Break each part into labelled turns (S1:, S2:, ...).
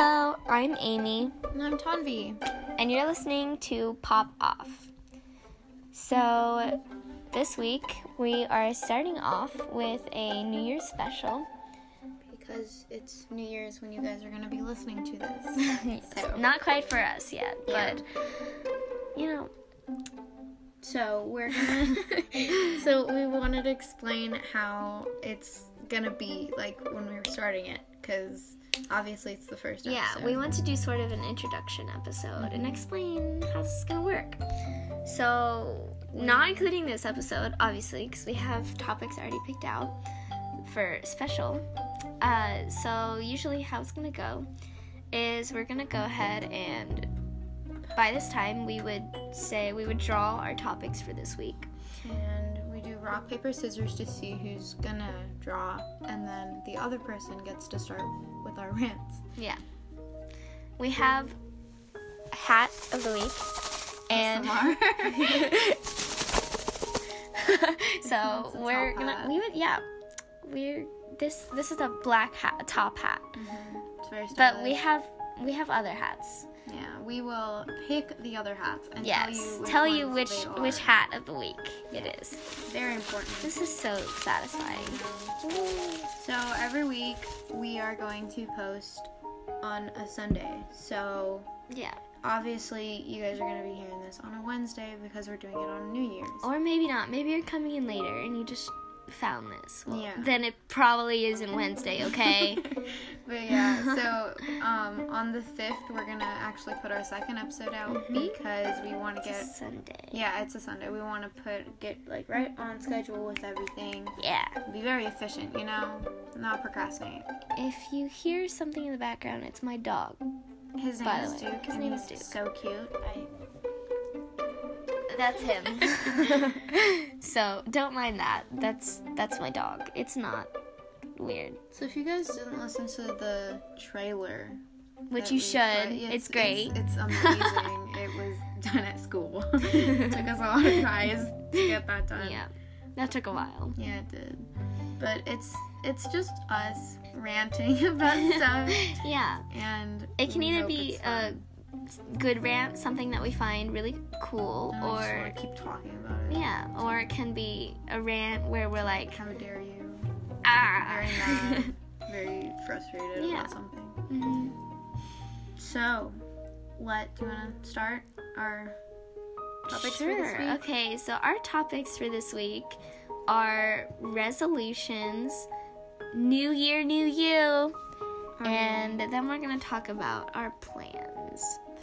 S1: I'm Amy,
S2: And I'm Tanvi.
S1: and you're listening to Pop Off. So, this week we are starting off with a New Year's special.
S2: Because it's New Year's when you guys are going to be listening to this. so,
S1: Not quite for us yet,
S2: Yeah.
S1: but you know,
S2: so we're gonna, so we wanted to explain how it's going to be like when we were starting it cuz obviously it's the first
S1: yeah,
S2: episode.
S1: we want to do sort of an introduction episode and explain how this is going to work. So, not including this episode, obviously, because we have topics already picked out for special. Uh, so, usually, how it's going to go is we're going to go ahead and by this time, we would say we would draw our topics for this week.
S2: and we do rock paper scissors to see who's going to draw and then the other person gets to start with our rants.
S1: Yeah. We have hat of the week and so
S2: It's a
S1: we're
S2: top
S1: gonna
S2: hat.
S1: we would yeah we're this this is a black hat a top hat
S2: It's very
S1: but we
S2: stylish.
S1: have we have other hats
S2: Yeah, we will pick the other hats and
S1: yes
S2: tell you
S1: you which
S2: which ones they are.
S1: which hat of the week it is
S2: They're important.
S1: this is so satisfying
S2: So every week we are going to post on a Sunday. So
S1: yeah
S2: obviously you guys are going to be hearing this on a Wednesday because we're doing it on New Year's.
S1: or maybe not maybe you're coming in later and you just found this Well,
S2: Yeah.
S1: then it probably isn't wednesday okay
S2: But yeah, so um, on the fifth we're gonna actually put our second episode out because we want to
S1: Mm-hmm. It's
S2: get.
S1: sunday
S2: Yeah, it's a Sunday. We want to put get like right on schedule with everything.
S1: yeah
S2: Be very efficient, you know, not procrastinate.
S1: If you hear something in the background, it's my dog.
S2: His name
S1: By
S2: is
S1: the way,
S2: Duke.
S1: his
S2: and
S1: name
S2: he's
S1: is Duke.
S2: So cute. I
S1: That's him. so don't mind that. That's that's my dog. It's not weird,
S2: So if you guys didn't listen to the trailer,
S1: which
S2: that
S1: you
S2: we
S1: should.
S2: put-
S1: it's, great.
S2: It's, it's amazing. it was done at school. it took us a lot of tries to get that done.
S1: yeah, that took a while.
S2: Yeah, it did. But it's it's just us ranting about stuff,
S1: Yeah,
S2: and
S1: it can
S2: we
S1: either
S2: hope
S1: be uh, a
S2: it's fun.
S1: good rant, something that we find really cool,
S2: And we just
S1: or
S2: wanna keep talking about it.
S1: yeah, or it can be a rant where we're like,
S2: How dare you?
S1: ah.
S2: Very mad, very frustrated
S1: Yeah.
S2: about something.
S1: Mhm.
S2: So, what do you want to start our topics for this
S1: Sure.
S2: week?
S1: Okay, so our topics for this week are resolutions, New Year, New You, Uh-huh. and then we're gonna talk about our plans.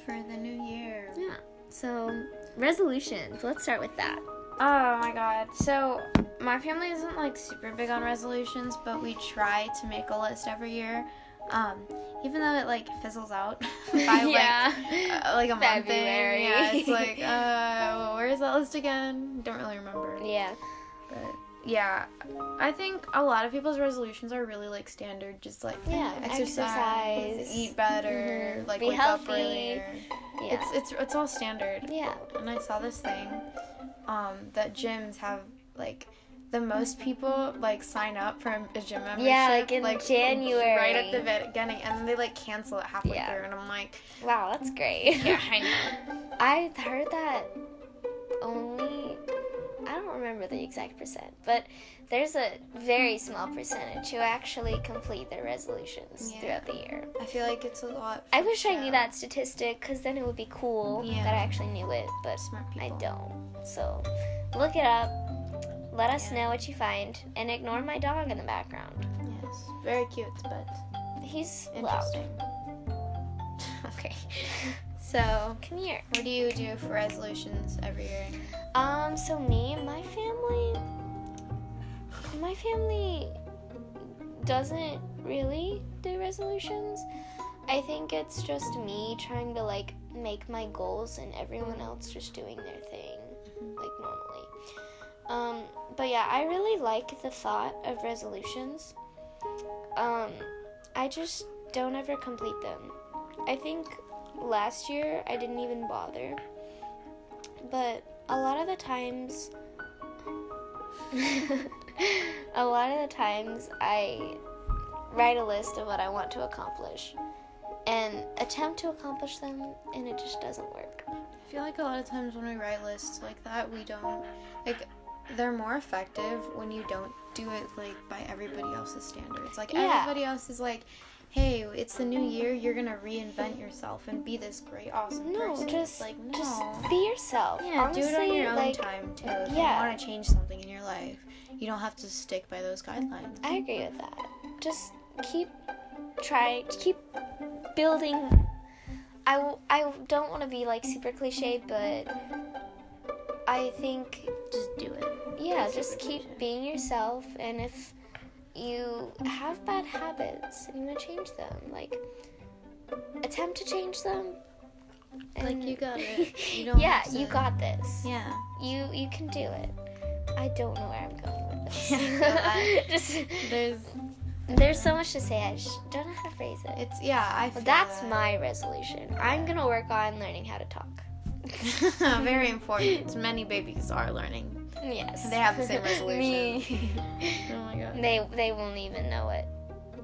S2: for the new year.
S1: Yeah. So resolutions. Let's start with that.
S2: Oh my god. So, my family isn't like super big on resolutions, but we try to make a list every year. Um, even though it like fizzles out by
S1: yeah.
S2: like, uh, like a month in.
S1: February.
S2: Yeah, it's like, uh, where is that list again? Don't really remember.
S1: yeah.
S2: But yeah, I think a lot of people's resolutions are really like standard, just like
S1: Yeah, exercise.
S2: eat better,
S1: Mhm.
S2: like
S1: Be
S2: wake
S1: healthy.
S2: up earlier.
S1: Yeah.
S2: It's it's it's all standard.
S1: yeah.
S2: And I saw this thing um, that gyms have like the most people like sign up for a gym membership.
S1: Yeah, like in January.
S2: right at the ve- beginning, and then they like cancel it halfway
S1: Yeah.
S2: through, and I'm like,
S1: Wow, that's great.
S2: yeah, I know.
S1: I heard that only I don't remember the exact percent, but there's a very small percentage who actually complete their resolutions
S2: Yeah.
S1: throughout the year.
S2: I feel like it's a lot.
S1: I wish I
S2: Yeah.
S1: knew that statistic because then it would be cool
S2: Yeah.
S1: that I actually knew it, but
S2: Smart
S1: I
S2: people.
S1: don't. So look it up, let us know what you find, and ignore my dog in the background.
S2: Yes, very cute, but
S1: He's loud.
S2: interesting.
S1: Okay.
S2: So,
S1: Come here.
S2: what do you do for resolutions every year?
S1: Um, so me and my family, my family doesn't really do resolutions. I think it's just me trying to like make my goals and everyone else just doing their thing like normally. Um, but yeah, I really like the thought of resolutions. Um, I just don't ever complete them. I think last year I didn't even bother. But a lot of the times a lot of the times I write a list of what I want to accomplish and attempt to accomplish them, and it just doesn't work.
S2: I feel like a lot of times when we write lists like that, we don't like they're more effective when you don't do it like by everybody else's standards. Like
S1: Yeah.
S2: everybody else is like, "Hey, it's the new year. You're gonna reinvent yourself and be this great, awesome
S1: No,
S2: person."
S1: just
S2: like no.
S1: just be yourself.
S2: yeah, do it on
S1: Honestly,
S2: your own
S1: like,
S2: time too. If
S1: yeah.
S2: you want to change something in your life, you don't have to stick by those guidelines.
S1: I agree with that. Just keep try keep building. I, w- I don't want to be like super cliche, but I think
S2: Just do it.
S1: yeah,
S2: That's
S1: just
S2: super
S1: keep
S2: cliche.
S1: being yourself. And if you have bad habits and you want to change them, like attempt to change them.
S2: Like,
S1: and-
S2: you got it. You don't
S1: yeah,
S2: have
S1: you
S2: to-
S1: got this.
S2: Yeah.
S1: You you can do it. I don't know where I'm going with this.
S2: Yeah, I-
S1: Just-
S2: There's
S1: there's so much to say. I just don't know how to phrase it.
S2: it's uh, yeah. I feel
S1: But that's
S2: that.
S1: my resolution. I'm gonna work on learning how to talk.
S2: Very important. Many babies are learning.
S1: Yes.
S2: They have the same resolution.
S1: Me.
S2: Oh my god.
S1: They they won't even know what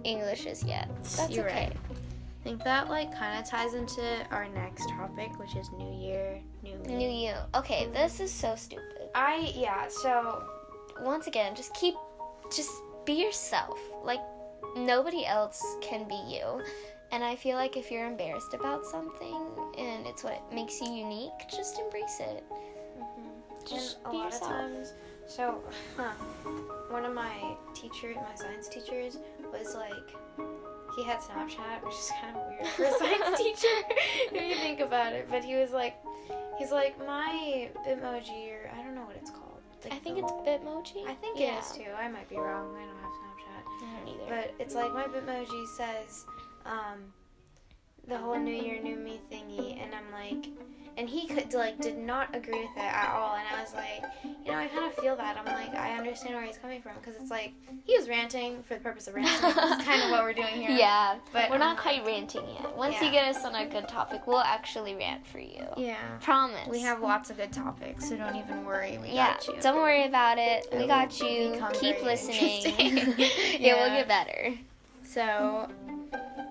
S1: English is yet. That's
S2: You're
S1: okay.
S2: right. I think that like kind of ties into our next topic, which is New Year, New Me.
S1: New you. Okay, this is so stupid.
S2: I yeah. So
S1: Once again, just keep just be yourself. Like nobody else can be you. And I feel like if you're embarrassed about something and it's what makes you unique, just embrace it. Just
S2: and a
S1: be Mm-hmm.
S2: lot
S1: yourself.
S2: of times, so one of my teacher, my science teachers, was like, he had Snapchat, which is kind of weird for a science teacher if you think about it. But he was like, he's like my emoji or I don't know what it's called. Like
S1: I think
S2: the-
S1: it's Bitmoji.
S2: I think
S1: Yeah.
S2: it is too. I might be wrong. I don't have Snapchat.
S1: I don't either.
S2: But it's like my Bitmoji says, um, the whole New Year, New Me thingy, and I'm like, and he could like did not agree with it at all, and I was like, you know, I kind of feel that. I'm like, I understand where he's coming from because it's like he was ranting for the purpose of ranting. That's kind of what we're doing here.
S1: Yeah, um,
S2: But
S1: we're not
S2: I'm
S1: quite ranting yet. Once you
S2: Yeah.
S1: get us on a good topic, we'll actually rant for you.
S2: Yeah.
S1: Promise.
S2: We have lots of good topics, so don't even worry. We
S1: Yeah,
S2: got you.
S1: don't worry about it.
S2: It
S1: we got
S2: will
S1: you.
S2: become
S1: Keep
S2: very
S1: listening.
S2: interesting.
S1: It will
S2: Yeah.
S1: get better.
S2: So,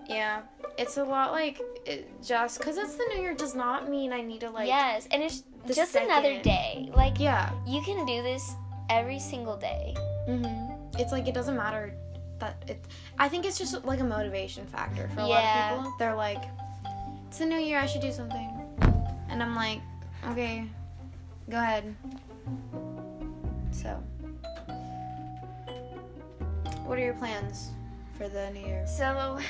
S2: yeah, it's a lot like it, just because it's the New Year does not mean I need to like.
S1: yes, and it's
S2: the
S1: just another
S2: second-
S1: day. Like
S2: Yeah.
S1: you can do this every single day.
S2: Mm-hmm. It's like it doesn't matter that it. I think it's just like a motivation factor for a lot
S1: Yeah.
S2: of people. They're like, it's the new year, I should do something, and I'm like, okay, go ahead. So, what are your plans for the new year?
S1: So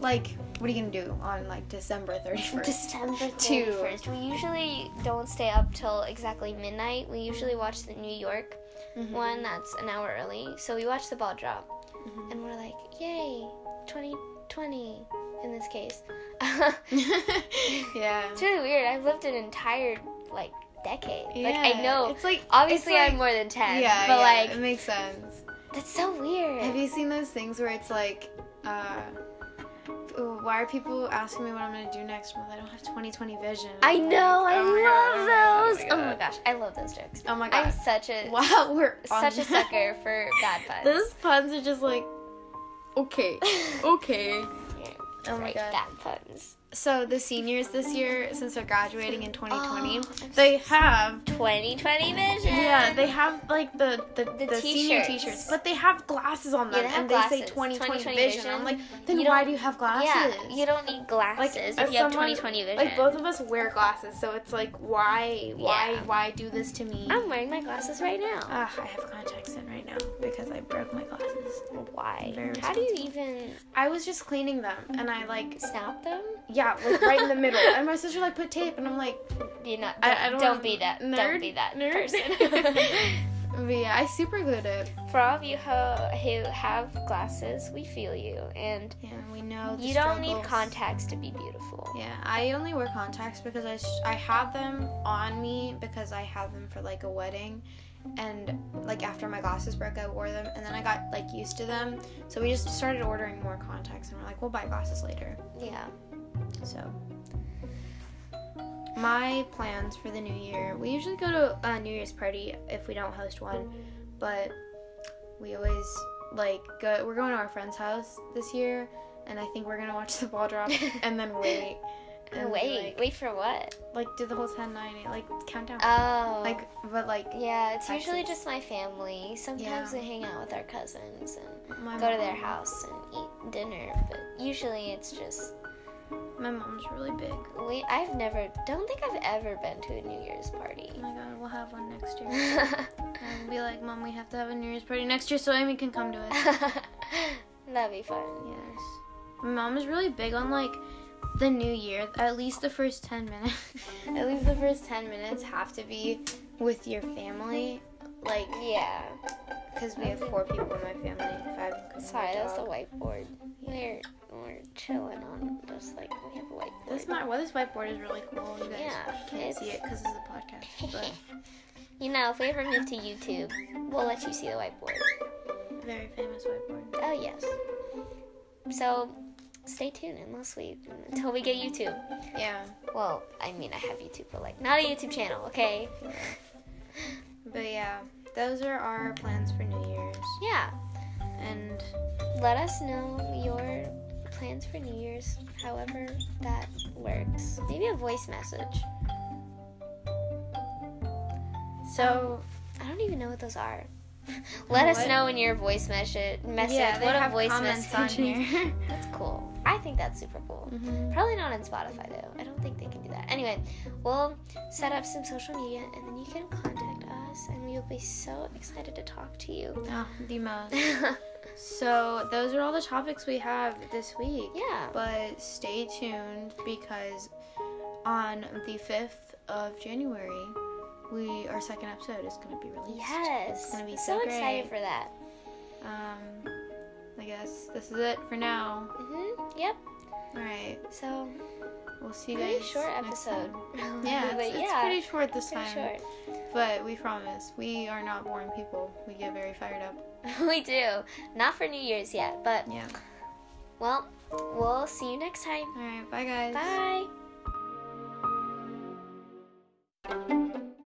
S2: Like, what are you gonna do on like December thirty first?
S1: December
S2: Two.
S1: thirty first. We usually don't stay up till exactly midnight. We usually watch the New York
S2: Mm-hmm.
S1: one that's an hour early. So we watch the ball drop.
S2: Mhm.
S1: and we're like, yay, 2020 in this case.
S2: yeah.
S1: it's really weird. I've lived an entire like decade. Like
S2: Yeah,
S1: I know.
S2: It's like
S1: Obviously,
S2: it's like-
S1: I'm more than 10.
S2: Yeah,
S1: but
S2: yeah,
S1: like
S2: it makes sense.
S1: that's so weird.
S2: Have you seen those things where it's like, uh, ooh, why are people asking me what I'm gonna do next month? I don't have 2020 vision.
S1: I know. I
S2: Oh my
S1: love
S2: God, oh my
S1: those.
S2: God,
S1: Oh my gosh, I love those jokes.
S2: Oh my
S1: I'm
S2: god.
S1: such a
S2: wow, we're on
S1: such a
S2: that.
S1: sucker for bad puns.
S2: Those puns are just like, okay, okay. Oh my
S1: Right,
S2: God.
S1: bad puns.
S2: So the seniors this year, since they're graduating in 2020,
S1: Oh, I'm
S2: they have
S1: 2020 vision.
S2: yeah, they have like the the, the,
S1: The
S2: senior
S1: t-shirts.
S2: t-shirts, but they have glasses on them,
S1: they have
S2: and they say
S1: glasses.
S2: 2020,
S1: 2020
S2: vision.
S1: vision.
S2: I'm like, then
S1: You
S2: why
S1: don't-
S2: do you have glasses?
S1: Yeah, you don't need glasses if
S2: as
S1: you have
S2: someone-
S1: 2020 vision.
S2: Like both of us wear glasses, so it's like why why
S1: Yeah.
S2: why do this to me?
S1: I'm wearing my glasses right now.
S2: Ugh, I have contacts in right now because I broke my glasses.
S1: Why?
S2: Very
S1: How do you even
S2: I was just cleaning them and I like
S1: snap them?
S2: yeah, like right in the middle. And my sister like put tape and I'm like
S1: You know, don't,
S2: I- I don't
S1: don't,
S2: know.
S1: be that.
S2: Nerd?
S1: don't be that
S2: Nerd?
S1: person.
S2: but yeah, I super glued it.
S1: For all of you ho- who have glasses, we feel you, and
S2: Yeah, we know Oh, the
S1: you don't need
S2: struggles.
S1: contacts to be beautiful.
S2: Yeah, I only wear contacts because I, sh- I had them on me because I had them for like a wedding. And like after my glasses broke, I wore them and then I got like used to them. So we just started ordering more contacts and we're like, we'll buy glasses later.
S1: Yeah.
S2: So, my plans for the new year we usually go to a New Year's party if we don't host one, but we always like go, we're going to our friend's house this year and I think we're gonna watch the ball drop and then wait. And be
S1: wait,
S2: like-
S1: wait for what?
S2: Like do the whole 10, 9, 8, like countdown.
S1: Oh,
S2: like, but like
S1: yeah, it's
S2: five,
S1: usually
S2: six.
S1: just my family. Sometimes
S2: Yeah.
S1: we hang out with our cousins and
S2: my
S1: go to
S2: mom-
S1: their house and eat dinner, but usually it's just
S2: My mom's really big. Oh
S1: we. I've never, don't think I've ever been to a New Year's party.
S2: my god, we'll have one next year. and be like, Mom, we have to have a New Year's party next year so Amy can come to it.
S1: That'd be fun.
S2: Yes. My mom is really big on like the new year. At least the first 10 minutes. at least the first 10 minutes have to be with your family. Like,
S1: Yeah.
S2: because we have four people in my family, five including
S1: Sorry,
S2: my
S1: that was the
S2: dog.
S1: whiteboard. We're we're chilling on just like we have a whiteboard.
S2: This my well, this whiteboard is really cool. You guys
S1: Yeah,
S2: can't see
S1: it's-
S2: it because it's a podcast,
S1: you know, if we ever move to YouTube, we'll let you see the whiteboard.
S2: but very famous whiteboard.
S1: Oh yes. So stay tuned unless we until we get YouTube.
S2: Yeah,
S1: Well, I mean I have YouTube but like not a YouTube channel, okay?
S2: but yeah, those are our plans for New Year's.
S1: Yeah.
S2: And
S1: Let us know your plans for New Year's, however that works. Maybe a voice message.
S2: so
S1: I don't even know what those are. Let us
S2: What?
S1: know in your voice message. Message.
S2: yeah, they
S1: what
S2: have
S1: a voice
S2: comments
S1: message
S2: on
S1: is.
S2: here.
S1: That's cool. I think that's super cool.
S2: Mhm.
S1: Probably not on Spotify though. I don't think they can do that. Anyway, we'll set up some social media and then you can contact us, and we will be so excited to talk to you.
S2: Oh, the most.
S1: yeah.
S2: So those are all the topics we have this week. But stay tuned because on the fifth of January, we our second episode is going to be released.
S1: Yes.
S2: It's gonna be
S1: so
S2: so
S1: excited for
S2: great.
S1: that.
S2: Um, I guess this is it for now.
S1: Mhm. Yep.
S2: All right,
S1: So
S2: we'll see you
S1: pretty
S2: guys.
S1: short
S2: next
S1: episode.
S2: time.
S1: yeah.
S2: Yeah,
S1: but
S2: it's, it's
S1: yeah.
S2: pretty short this
S1: pretty
S2: time. But we promise, we are not boring people. We get very fired up.
S1: short. we do. Not for New Year's yet, but
S2: Yeah.
S1: well, we'll see you next time.
S2: All right, bye guys.
S1: Bye.